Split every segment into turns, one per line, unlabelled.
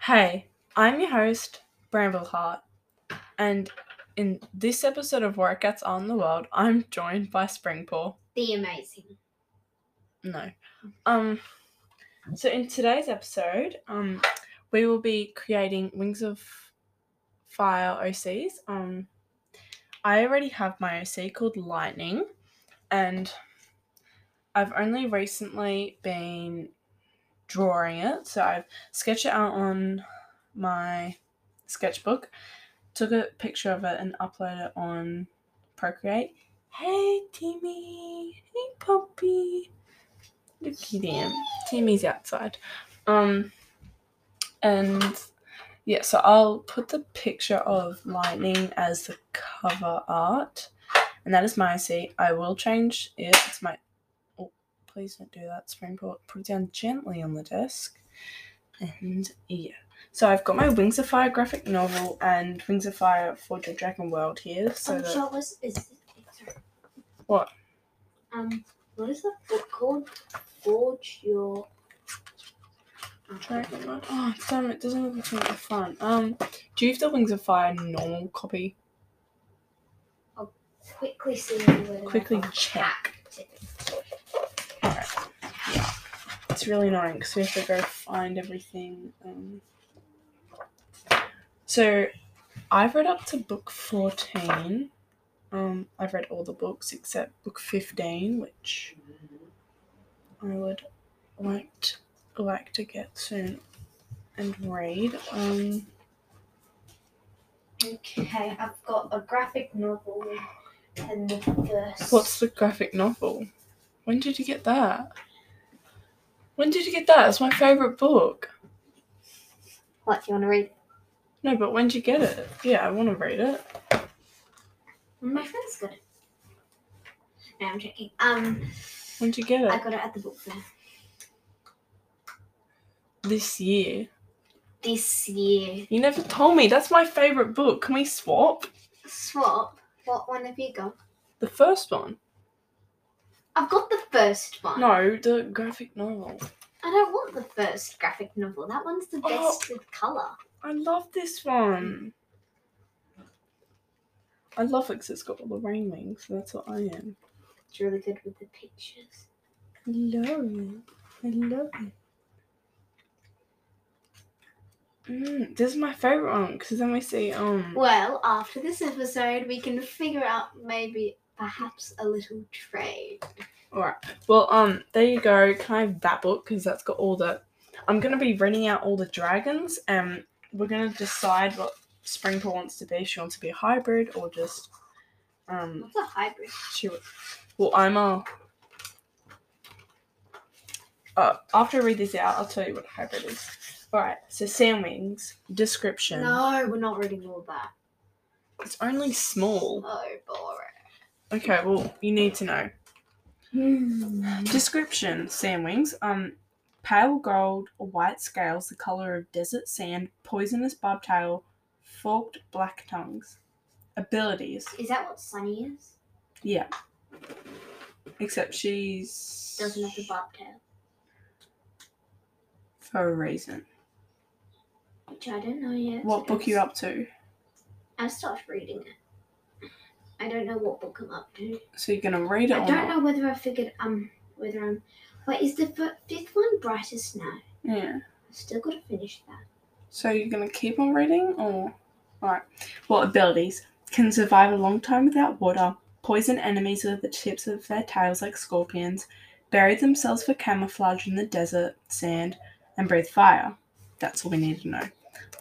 Hey, I'm your host, Bramble Hart, and in this episode of Workouts on the World, I'm joined by Springpaw.
The amazing.
No. Um so in today's episode, um we will be creating Wings of Fire OCs. Um I already have my OC called Lightning and I've only recently been drawing it. So I've sketched it out on my sketchbook, took a picture of it, and uploaded it on Procreate. Hey, Timmy. Hey, Poppy. Looky damn. Timmy's outside. Um, and yeah, so I'll put the picture of lightning as the cover art, and that is my seat. I will change it. It's my oh, please don't do that. Springboard, put it down gently on the desk. And yeah. So I've got my Wings of Fire graphic novel and Wings of Fire Forge of Dragon World here. So
um,
that-
so what's- is sorry.
What?
Um, what is the book called? Forge your. Um,
Dragon World. Oh damn it, doesn't look like the front. Um do you have the Wings of Fire normal copy?
Quickly see whether
Quickly
they're
check.
hacked.
It's really annoying because we have to go find everything. Um, so I've read up to book 14. Um, I've read all the books except book 15, which I would like to, like to get soon and read. Um,
Okay, I've got a graphic novel and the first.
what's the graphic novel? When did you get that? When did you get that? It's my favourite book.
What do you want to read?
No, but when did you get it? Yeah, I want to read it.
My friend's got it. No, I'm checking. Um,
When did you get it?
I got it at the book fair
this year.
this year.
You never told me. That's my favourite book. Can we swap?
Swap. What one have you got?
The first one.
I've got the first one.
No, the graphic novel.
I don't want the first graphic novel. That one's the
Oh.
best with colour.
I love this one. I love it because it's got all the rain wings. So that's what I am.
It's really good with the pictures.
I love it. I love it. Mm, this is my favourite one because then we see um
Well, after this episode, we can figure out maybe perhaps a little trade.
Alright. Well, um, there you go. Can I have that book? Because that's got all the. I'm gonna be renting out all the dragons, and we're gonna decide what Springpool wants to be. She wants to be a hybrid, or just, um,
What's a hybrid?
she. Well, I'm a. Uh, after I read this out, I'll tell you what a hybrid is. Alright, so Sandwings, description.
No, we're not reading all that.
It's only small.
Oh, boring.
Okay, well, you need to know.
Hmm.
Description Sandwings. Um, pale gold or white scales, the colour of desert sand, poisonous bobtail, forked black tongues. Abilities.
Is that what Sunny is?
Yeah. Except she's.
Doesn't have the bobtail,
For a reason.
which I don't know yet.
What book you up to?
I stopped reading it. I don't know what book I'm up to.
So you're gonna read it
I
or not?
don't know whether I figured um whether I'm. Wait, is the fir- fifth one brightest now?
Yeah.
I've still got to finish that.
So you're gonna keep on reading or. Alright. Well, abilities. Can survive a long time without water, poison enemies with the tips of their tails like scorpions, bury themselves for camouflage in the desert sand, and breathe fire. That's all we need to know.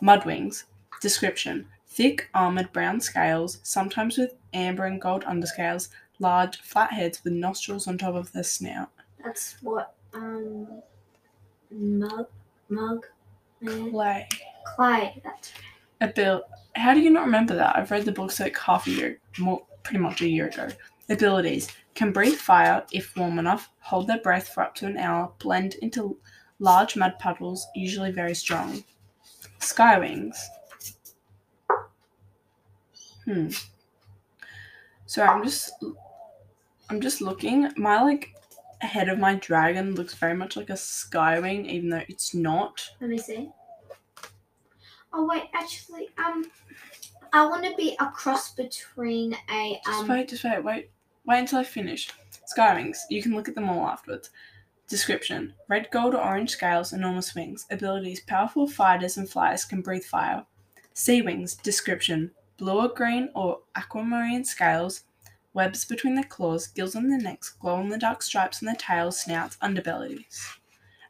Mudwings. Description Thick, armoured brown scales, sometimes with amber and gold underscales, large, flat heads with nostrils on top of their snout.
That's what um mug mug man
Clay.
Clay. That's
Abil- How do you not remember that? I've read the books like half a year, more, pretty much a year ago. Abilities can breathe fire if warm enough, hold their breath for up to an hour, blend into large mud puddles, usually very strong. Skywings. Hmm. So I'm just, I'm just looking. My like head of my dragon looks very much like a skywing, even though it's not.
let me see. Oh wait, actually, um, I want to be a cross between a
Just
um.
wait, just wait, wait. Wait until I finish. Skywings. You can look at them all afterwards. Description Red, gold, or orange scales, enormous wings. Abilities Powerful fighters and flyers can breathe fire. Sea wings. Description Blue or green or aquamarine scales. Webs between their claws, gills on their necks, glow in the dark stripes on their tails, snouts, underbellies.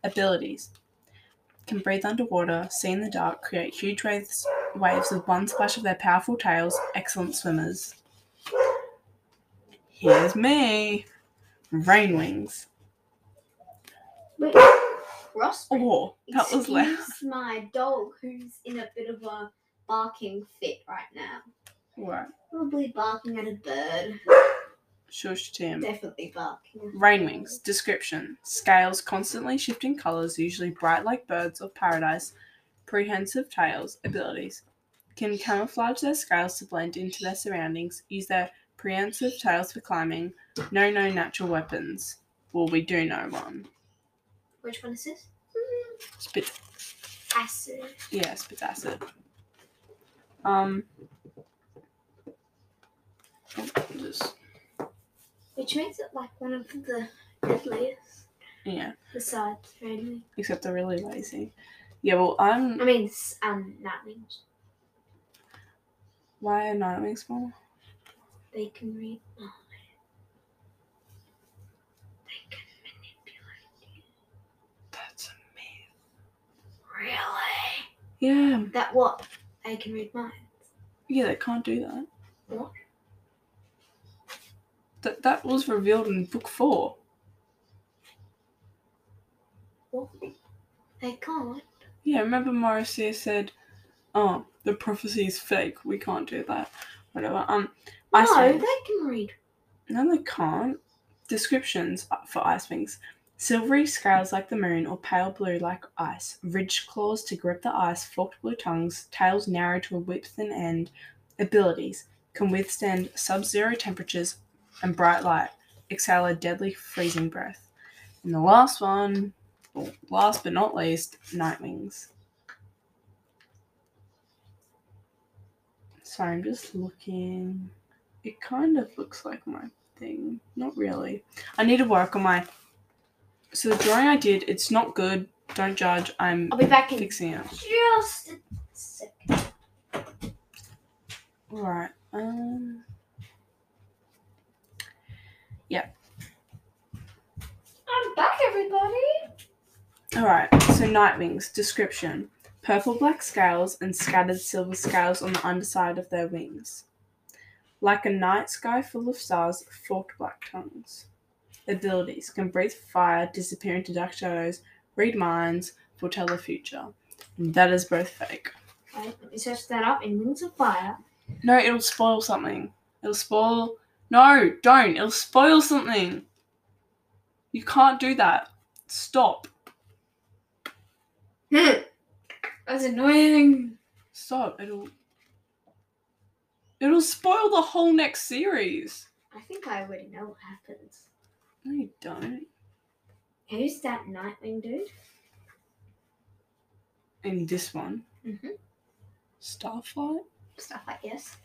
Abilities Can breathe underwater, see in the dark, create huge waves, waves with one splash of their powerful tails, excellent swimmers. Here's me. Rain wings.
Wait, cross.
Oh, that was loud.
Excuse my dog, who's in a bit of a barking fit right now.
Right.
Probably barking at a bird.
Shush, Tim.
Definitely barking.
Rain wings. Description. Scales constantly shifting colors, usually bright like birds of paradise. Prehensive tails. Abilities. Can camouflage their scales to blend into their surroundings. Use their prehensive tails for climbing. No, no natural weapons. Well, we do know one.
Which one is this? Mm,
Spit.
Acid.
Yeah, spits acid. Um. oh, Just
Which makes it like one of the deadliest
Yeah,
besides friendly.
except they're really lazy. Yeah, well, I'm.
I mean, s- um, nightwings.
Why are Nightwing small?
They can read. minds. They can
That's a myth.
really.
Yeah,
That what? They can read minds.
yeah, they can't do that.
What?
That that was revealed in book four.
What? They can't.
Yeah, remember Morrissey said, "Oh, the prophecy is fake. We can't do that." Whatever. Um, Ice
no,
Wings.
they can read.
No, they can't. Descriptions for ice wings. Silvery scales like the moon or pale blue like ice, ridged claws to grip the ice, forked blue tongues, tails narrow to a whip thin end. Abilities can withstand sub zero temperatures and bright light, exhale a deadly freezing breath. And the last one, well, last but not least, night wings. Sorry, I'm just looking. It kind of looks like my thing. Not really. I need to work on my. So the drawing I did, it's not good. Don't judge. I'm
I'll be back in
fixing it.
just a second.
Right. Um.
I'm back, everybody.
All right. So Nightwings description: purple black scales and scattered silver scales on the underside of their wings, like a night sky full of stars, forked black tongues. Abilities: can breathe fire, disappear into dark shadows, read minds, foretell the future. That is both fake.
Right, let me search that up in Wings of Fire.
No, it'll spoil something. It'll spoil. No, don't. It'll spoil something. You can't do that. Stop.
Hmm. That's annoying.
Stop. It'll. It'll spoil the whole next series.
I think I already know what happens.
No, you don't.
Who's that Nightwing dude?
In this one,
Mm-hmm.
Starflight.
Stuff like this.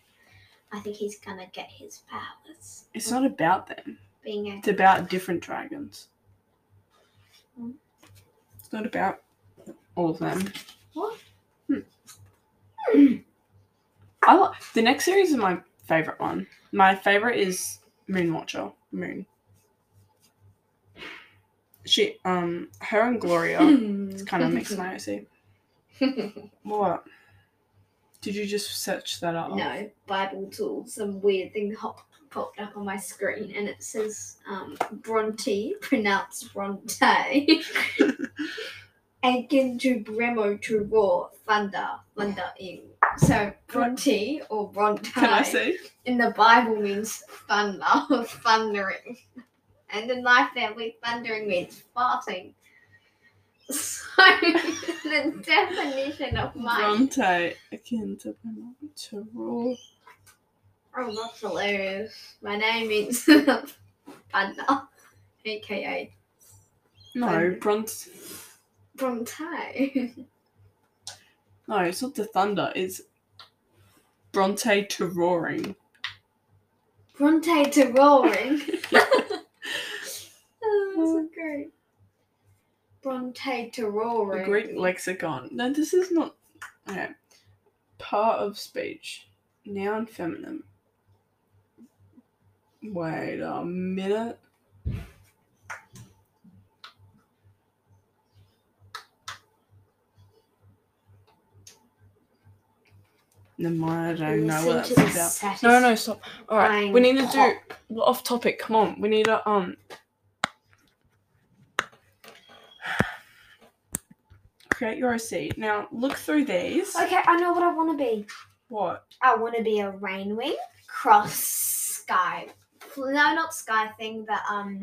I think he's gonna get his powers.
It's not about them.
being a
It's about different dragons.
Mm.
It's not about all of them.
What?
Hmm. I like the next series is my favorite one. My favorite is Moonwatcher. Moon. She, um, her and Gloria. it's kind of mixed now. See what? Did you just search that up?
no, Bible tool. Some weird thing hop, popped up on my screen, and it says um, Bronte, pronounced Bronte, Akin to Bremo to roar, thunder, thunder in. So Bronte or Bronte
Can I see?
in the Bible means thunder, thundering, and in my family, thundering means farting. So the definition of my
Bronte akin to to rule.
Oh, that's hilarious. My name is Anna, aka
No,
Bronte.
Bronte.
Bronte.
No, it's not the thunder. It's Bronte to roaring.
Bronte to roaring. oh, that's so great. Bronte to
The
roaring.
Greek lexicon. No, this is not. Okay. Part of speech. Noun feminine. Wait a minute. Never mind, I don't know what
Listen to
that's
the
about.
satis-
No, no, stop. All right, we
Fine.
need to do we're off topic. Come on, we need to um. Create your OC. Now look through these.
Okay, I know what I want to be.
What?
I want to be a rain wing cross sky. No, not sky thing. The um,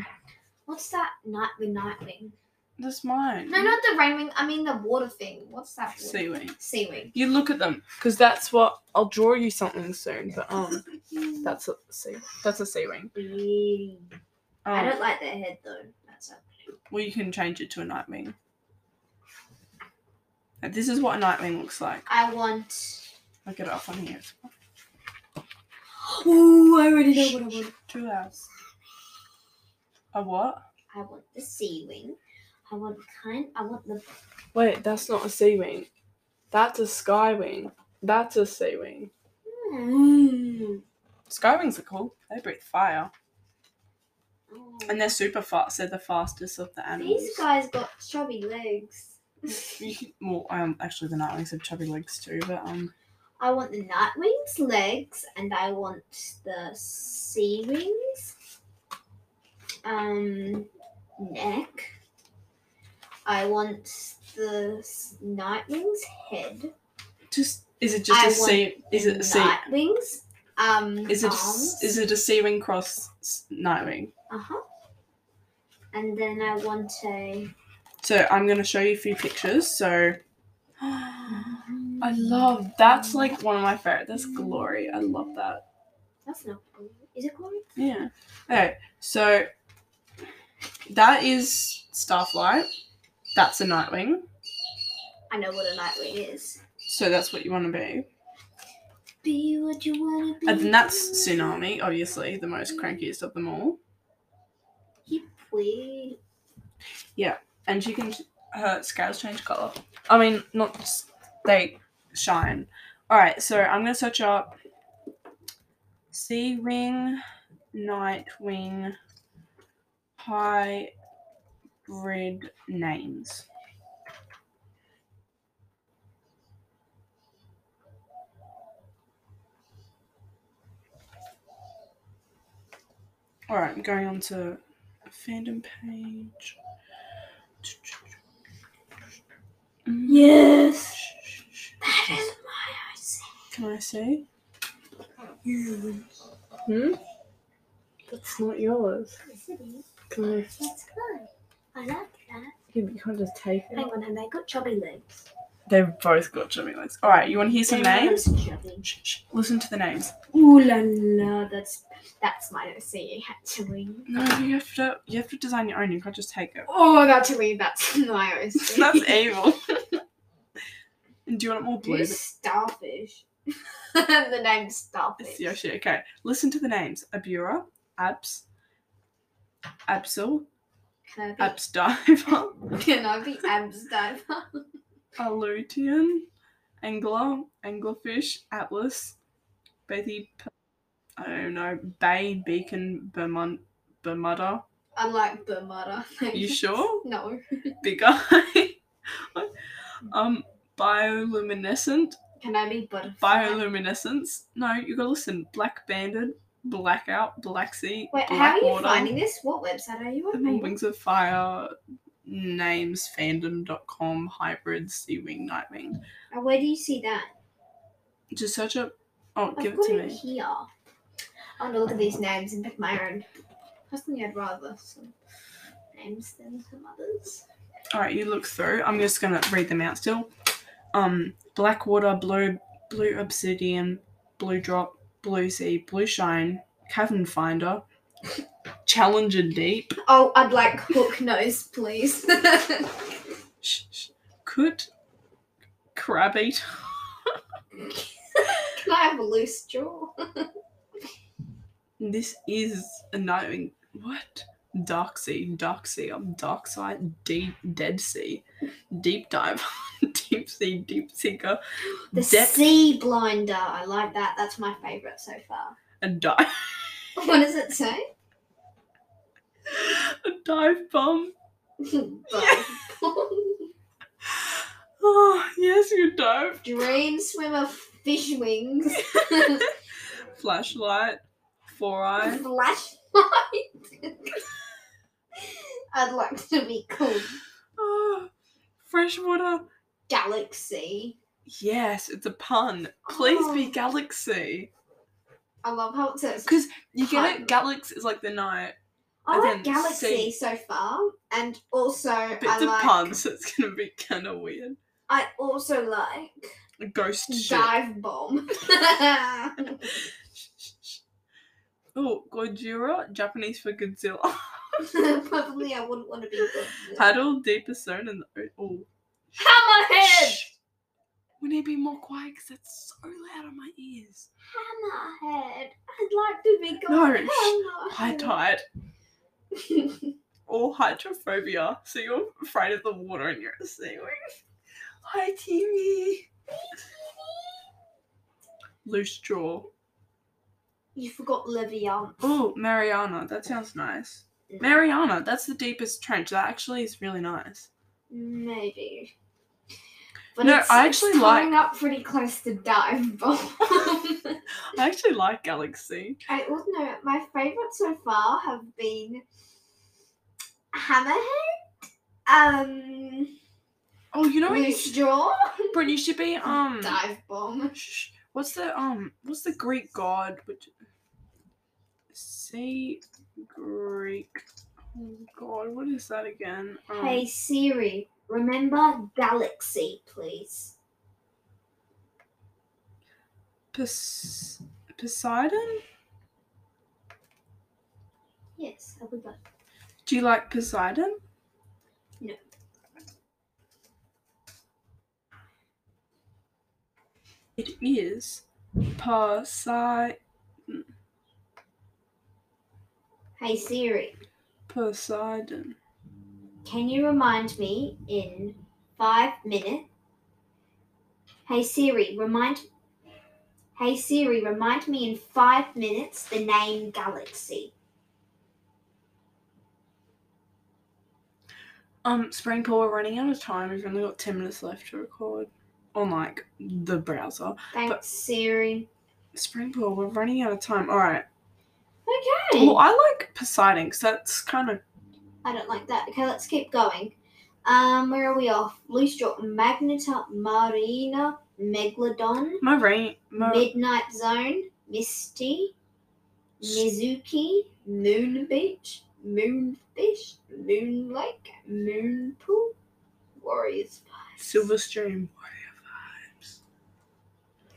what's that? Night wing, night wing.
That's mine.
No, not the rain wing. I mean the water thing. What's that? water-
Sea wing.
Sea wing.
You look at them, because that's what I'll draw you something soon. But um, that's a sea. That's a sea wing.
Really? I
Um,
don't like their head though. That's up.
well, you can change it to a night wing. Now, This is what a night wing looks like.
I want.
I'll get it up on here.
Oh, I already
know what I want. Two hours. A what?
I want the sea wing. I want kind. I want the.
Wait, that's not a sea wing. That's a sky wing. That's a sea wing.
Mm.
Sky wings are cool. They breathe fire.
Oh.
And they're super fast. They're the fastest of the animals.
These guys got chubby legs.
You can- well, um, actually, the night wings have chubby legs too, but um,
I want the night wings legs, and I want the sea wings. Um, neck. I want the s- night wings head.
just is it just
I
a sea? Is it a sea?
Night wings. Um,
Is it a,
arms.
s- is it a sea wing cross s- night wing?
Uh huh. And then I want a.
So I'm gonna show you a few pictures. So. I love that's like one of my favorite. That's glory. I love that.
That's not. blue. Is it glory?
Yeah. Okay, so that is Starflight. That's a Nightwing.
I know what a night wing is.
So that's what you want to be.
Be what you wanna be.
And then that's Tsunami, obviously, the most crankiest of them all.
Keep wait.
And she can, her scales change color. I mean, not, s- they shine. Alright, so I'm going to search up Sea Wing, Night Wing, Hybrid Names. All right, I'm going on to a fandom page.
Yes. That is my
Can I see?
IC.
Hmm? That's not yours.
Yes, it is.
Can I?
That's good. I like that.
You can't just take
Hang on, have they got chubby legs?
They've both got chubby legs. All right, you want to hear some
Their
names?
name's Chubby.
Shh, shh, Listen to the names.
Ooh la la, that's that's my OC actually.
No, you have to. You have to design your own. You can't just take it.
Oh, actually, that's my OC.
That's evil. and do you want it more blue?
Who's starfish? the name starfish.
It's Yoshi. Okay, listen to the names: Abura, Abs, Absol,
Can I
Absdiver,
be, can I be abs diver?
Alutian, Angler, Anglerfish, Atlas, Bethy. P- I don't know. Bay, Beacon, Bermud, Bermuda.
I like Bermuda.
You sure?
No.
Big eye. um, bioluminescent,
Can I be butterfly?
bioluminescence. No, you gotta listen. Black banded, blackout, black sea,
Wait,
black
how are you
water.
finding this? What website are you on?
I'm on Wings of Fire, names, fandom.com, hybrids, sea wing, nightwing.
Uh, Where do you see that?
Just search up. Oh,
I've
give it
got
to
it
me.
here. I want to look at these names and pick my own. Personally, I'd rather some names than some others.
All right, you look through. I'm just gonna read them out still. Um, Blackwater, Blue, Blue Obsidian, Blue Drop, Blue Sea, Blue Shine, Cavern Finder, Challenger Deep,
Oh, I'd like hook nose, please.
sh- sh- Kut, crab eater.
Can I have a loose jaw?
This is a knowing what? Dark sea, dark sea, I'm dark side, deep, dead sea, deep dive, deep sea, deep sinker,
The
depth
sea blinder. I like that. That's my favourite so far.
and dive,
What does it say?
a dive bomb.
Bum.
Oh yes, you dive.
Dream swimmer fish wings.
Flashlight, four eye,
Flashlight. I'd like to be called
oh, freshwater.
Galaxy.
Yes, it's a pun. Please be
Oh.
galaxy,
I love how it says.
because you get
Pun.
it. Galaxy is like the night.
I like
again,
Galaxy
sea.
so far, and also I
It's a
like.
pun, so it's gonna be kind of weird.
I also like
A ghost ship.
dive bomb.
oh, Gojira, Japanese for Godzilla.
Probably I wouldn't want to be. good.
Paddle deeper zone in the oh.
Hammerhead.
Shh. We need to be more quiet because that's so loud on my ears.
Hammerhead. I'd like to be
No,
called
shh. High
Hammerhead.
tide or hydrophobia, so you're afraid of the water and you're a seaweed. Hi, Timmy. Loose jaw.
you forgot Levian.
Oh, Mariana. That sounds nice. Mariana. That's the deepest trench. That actually is really nice.
Maybe. But
No,
it's,
I
it's
actually
tying up pretty close to dive bomb.
I actually like Galaxy.
I also know my favourites so far have been Hammerhead, um,
Oh, you know what? You,
Loose Jaw,
Brit, you should be um.
Dive Bomb,
Shh, what's the um? What's the Greek god? Which say Greek. Oh God, what is that again? Um,
Hey Siri, remember Galaxy, please.
Pos- Poseidon.
Yes, have we got
Do you like Poseidon?
No.
It is Poseidon.
Hey Siri,
Poseidon.
can you remind me in five minutes? Hey Siri, remind. Hey Siri, remind me in five minutes the name Galaxy.
Um, Spring Pool, we're running out of time. We've only got 10 minutes left to record on like the browser.
Thanks, Siri.
Spring Pool, we're running out of time. All right.
Okay.
Well, I like Poseidon because that's kind of
I don't like that. Okay, let's keep going. Um, where are we off? Loose jaw, Magneta, Marina, Megalodon,
my rain. My,
Midnight Zone, Misty,
S-
Mizuki, Moon Beach, Moonfish, Moon Lake, Moon Pool, Warriors.
Silver Stream Warrior vibes.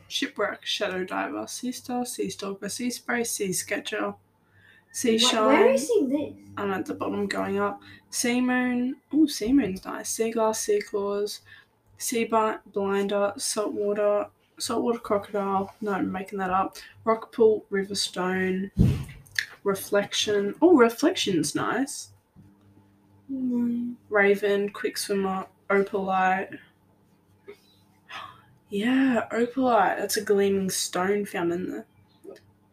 Shipwreck, Shadow Diver, Sea Star, Sea Stalker, Sea Spray, Sea Sketcher, Sea
Wait,
Shine.
where are you seeing this?
and at the bottom going up, sea moon. Oh, sea moon's nice. Sea glass, sea claws, sea bi- blinder, saltwater, saltwater crocodile. No, I'm making that up. Rock pool, river stone, reflection. Oh, reflection's nice.
No.
Raven, quick swimmer, opalite. Yeah, opalite. That's a gleaming stone found in the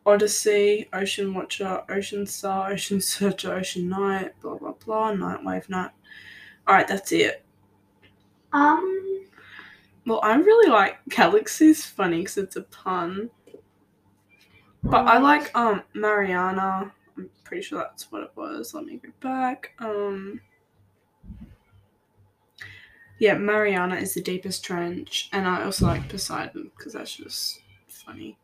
Odyssey, Ocean Watcher, Ocean Star, Ocean Searcher, Ocean Knight, blah blah blah, Nightwave Night. Alright, that's it.
Um,
Well, I really like Galaxy's funny because it's a pun. But I like um Mariana. I'm pretty sure that's what it was. Let me go back. Um Yeah, Mariana is the deepest trench, and I also like Poseidon because that's just funny.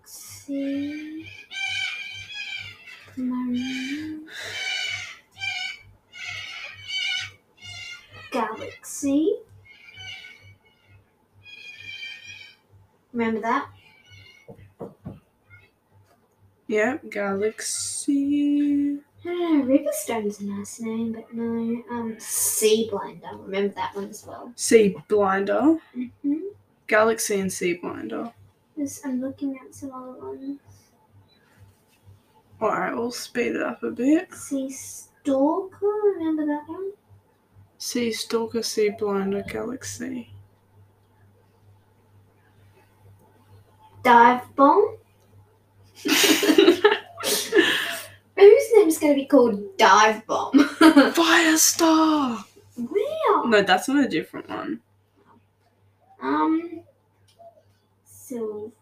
Galaxy. Marina. Galaxy. Remember that?
Yeah, Galaxy.
I don't know, Riverstone's a nice name, but no. Um, Sea Blinder, remember that one as well.
Sea blinder,
Mm-hmm.
galaxy, and sea blinder.
I'm looking at some other ones.
All right, we'll speed it up a bit.
Sea Stalker, remember that one?
Sea stalker, sea blinder, galaxy.
Dive Bomb? Whose name's gonna be called Dive Bomb?
Firestar.
Wow.
No, that's not a different one.
Um. So.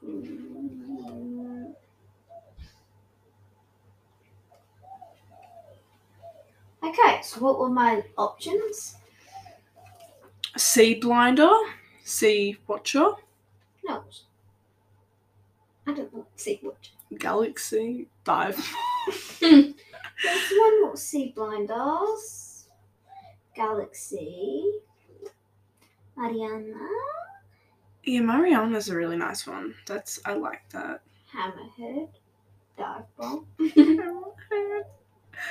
Okay, so what were my options?
Sea blinder, sea watcher,
No. I don't know what sea watch.
galaxy, dive.
There's one more sea blinders. Galaxy. Ariana.
Yeah, Mariana's a really nice one. That's I like that.
Hammerhead. Dive bomb.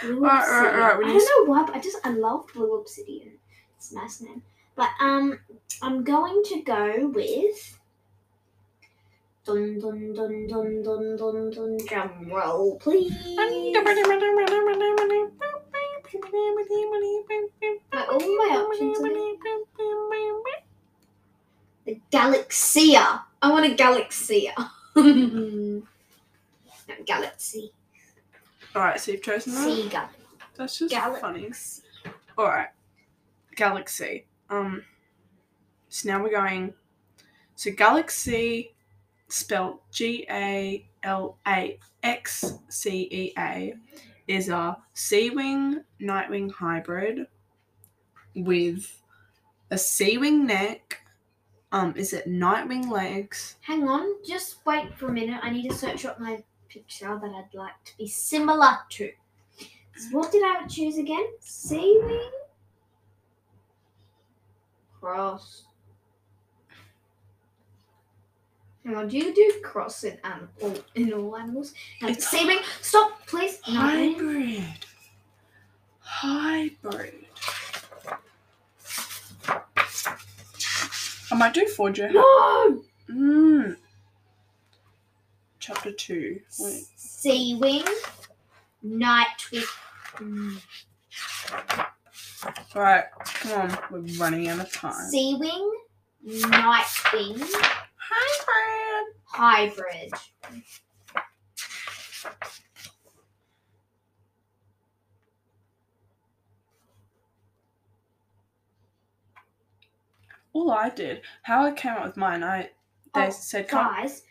Right, right, right, we
I
need
don't know why, but I just I love Blue Obsidian. It's a nice name. But um I'm going to go with Dun dun dun dun dun dun dun drum roll, please. But all my options are the Galaxia. I want a Galaxia. no, Galaxy.
Alright, so you've chosen that?
Sea Galaxy.
That's just funny.
Galaxy.
Alright. Galaxy. Um so now we're going so galaxy spelled G A L A X C E A is a sea wing nightwing hybrid with a sea wing neck. Um, is it nightwing legs?
Hang on, just wait for a minute. I need to search up my picture that I'd like to be similar to. 'Cause What did I choose again? Seaweed? Cross. Hang on, do you do cross in, um, all, in all animals? No,
It's-
seaweed. Stop, please. No.
Hybrid. Hybrid. I might do forge your
no!
Mm. Chapter two. Wait.
Sea wing, night with. Mm.
All right, come on. We're running out of time.
Sea wing, night wing,
Hybrid.
hybrid.
All I did, how I came up with mine, I they
Oh,
said come.
Guys,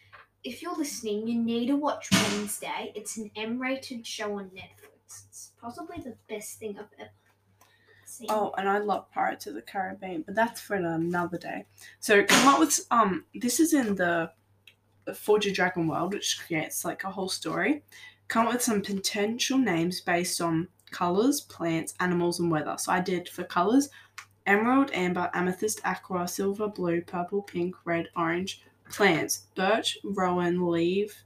if you're listening, you need to watch Wednesday. It's an M-rated show on Netflix. It's possibly the best thing I've ever seen.
Oh, and I love Pirates of the Caribbean, but that's for another day. So come up with um. This is in the Forge of Dragon World, which creates like a whole story. Come up with some potential names based on colors, plants, animals, and weather. So I did for colors: emerald, amber, amethyst, aqua, silver, blue, purple, pink, red, orange. Plants: birch, rowan, leaf,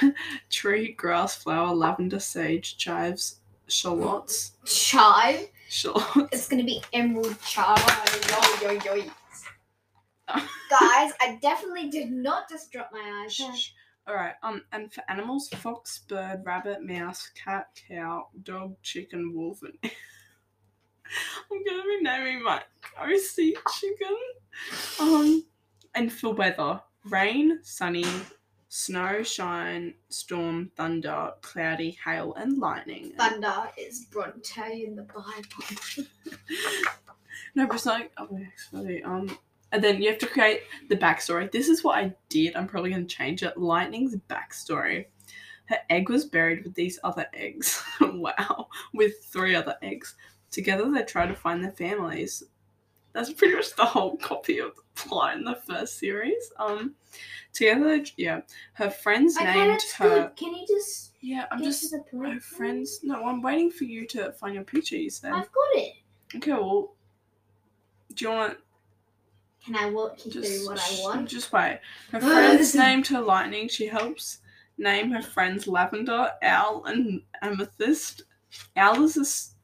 tree, grass, flower, lavender, sage, chives, shallots,
Chive.
shallots.
It's gonna be Emerald Chive. Yo yo yo. Guys, I definitely did not just drop my eyes.
Shh. All right. Um, and for animals, fox, bird, rabbit, mouse, cat, cow, dog, chicken, wolf, and I'm gonna be naming my OC chicken. Um, and for weather, rain, sunny, snow, shine, storm, thunder, cloudy, hail, and lightning.
Thunder is Bronte in the Bible.
No, but it's not. Oh, actually, um, and then you have to create the backstory. This is what I did. I'm probably gonna change it. Lightning's backstory. Her egg was buried with these other eggs. wow, with three other eggs. Together, they try to find their families. That's pretty much the whole copy of the plot in the first series. Um, together, they- yeah, her friends
Okay,
named
that's
her.
good. Can you just
Yeah, I'm
get
just.
to the point?
Her
please?
friends. No, I'm waiting for you to find your picture. You said.
I've got it.
Okay, well, do you want?
Can I walk you
Just,
through what
sh-
I want?
Just wait. Her
This
friends
is-
named her Lightning. She helps name her friends Lavender, Owl, and Amethyst. Owl is a s-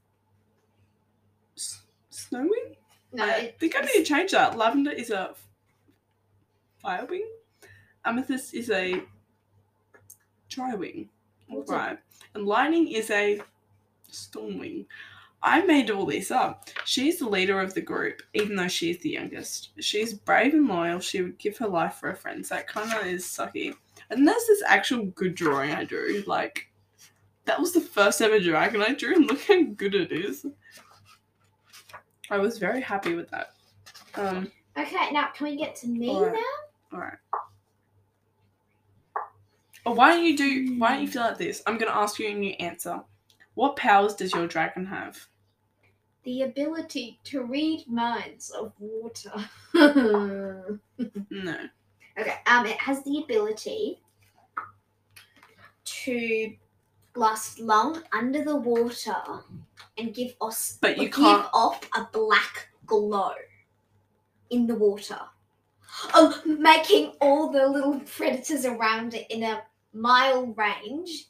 s- snowwing?
No,
I
it,
think I need to change that. Lavender is a f- firewing. Amethyst is a drywing.
What's a-
Right. And lightning is a stormwing. I made all this up. She's the leader of the group, even though she's the youngest. She's brave and loyal. She would give her life for her friends. That kind of is sucky. And there's this actual good drawing I drew. Like, that was the first ever dragon I drew, and look how good it is. I was very happy with that. Um,
okay, now can we get to me
Alright.
now?
alright. Oh, why don't you do? Why don't you feel like this? I'm gonna ask you and you answer. What powers does your dragon have?
The ability to read minds of water.
No.
Okay. Um, it has the ability to last long under the water and give us
But you
give
can't-
off a black glow in the water. Um, making all the little predators around it in a mile range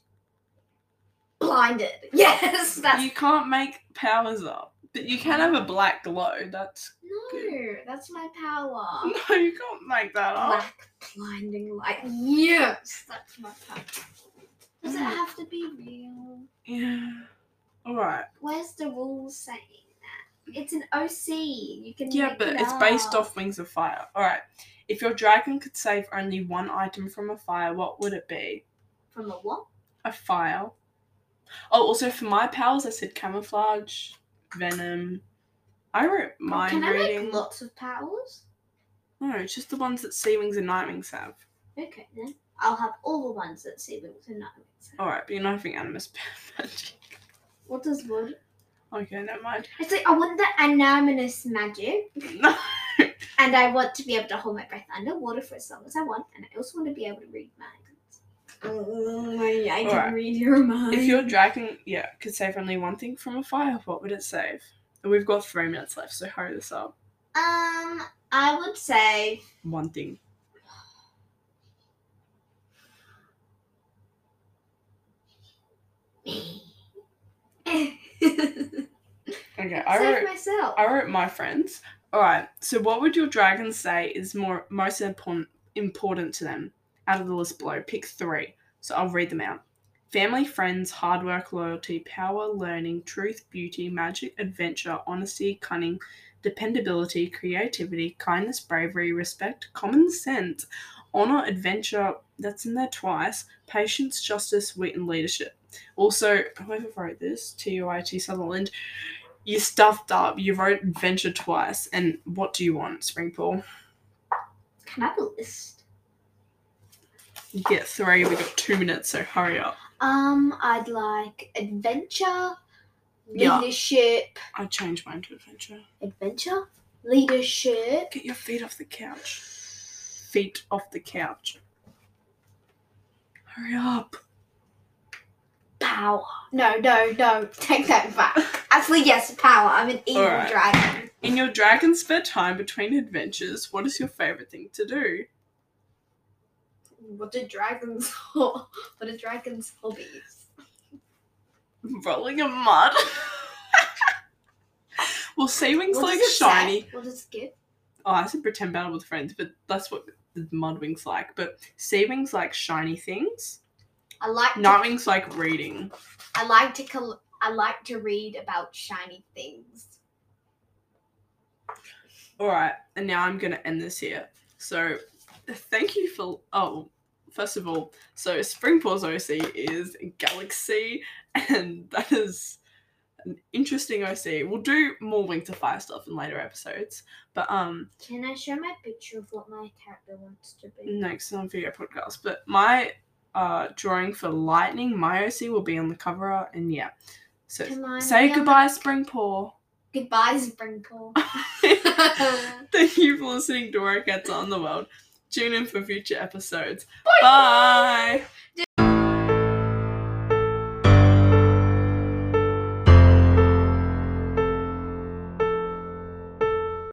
blinded. Yes, that's
You can't make powers up, but you can have a black glow. That's
no, that's my power.
no, you can't make that up.
Black blinding light. Yes, that's my power. Does it
Mm.
have to be real?
Yeah. All right.
Where's the rules saying that? It's an OC. You can.
Yeah,
make
but
it
it's based
up.
off Wings of Fire. All right. If your dragon could save only one item from a fire, what would it be?
from a what?
A fire. Oh, also for my powers, I said camouflage, venom. I wrote mind
can I
reading.
make lots of powers?
No, it's just the ones that Sea Wings and Night Wings have.
Okay then. I'll have all the ones that see wings and not wings.
All right, but you're not having animus magic.
What does wood?
Okay, never mind.
It's like I want the anonymous magic,
No.
and I want to be able to hold my breath underwater for as long as I want, and I also want to be able to read minds. Oh, I
can Mm, Alright.
read your mind.
If your dragon, yeah, could save only one thing from a fire, what would it save? And we've got three minutes left, so hurry this up.
um, I would say
One thing.
Save
Okay, I wrote.
myself.
I wrote my friends. All right. So, what would your dragon say is more most important important to them out of the list below? Pick three. So I'll read them out: family, friends, hard work, loyalty, power, learning, truth, beauty, magic, adventure, honesty, cunning, dependability, creativity, kindness, bravery, respect, common sense, honor, adventure. That's in there twice. Patience, justice, wit, and leadership. Also, whoever wrote this, T U I T Sutherland, you stuffed up. You wrote adventure twice. And what do you want, Springpool?
Can I have a list?
You get three. We got two minutes, so hurry up.
Um, I'd like adventure,
Yeah.
leadership,
I changed mine to adventure.
adventure, leadership.
Get your feet off the couch. Feet off the couch. Hurry up.
Power. No, no, no. Take that back. Actually, yes, power. I'm an evil
Alright.
dragon.
In your dragon's spare time between adventures, what is your favorite thing to do?
What are dragons? What are dragons' hobbies?
Rolling in mud. well, sea wings
What
like
does it say?
shiny.
What does it give?
oh, I said pretend battle with friends, but that's what the mud wings like. But sea wings like shiny things.
I like. to-
Night wings like reading.
I like to. Col- I like to read about shiny things.
All right, and now I'm gonna end this here. So, thank you for. Oh, first of all, so Spring Paws OC is Galaxy, and that is an interesting OC. We'll do more Wing to Fire stuff in later episodes, but um,
Can I show my picture of what my character wants to be?
next on video podcast. But my uh drawing for lightning, my OC will be on the cover art, and yeah. So
Can mine
Mm. say
be on
goodbye, Spring Paw.
the- Goodbye, Sprinkle.
Thank you for listening to Workouts on the World. Tune in for future episodes. Bye.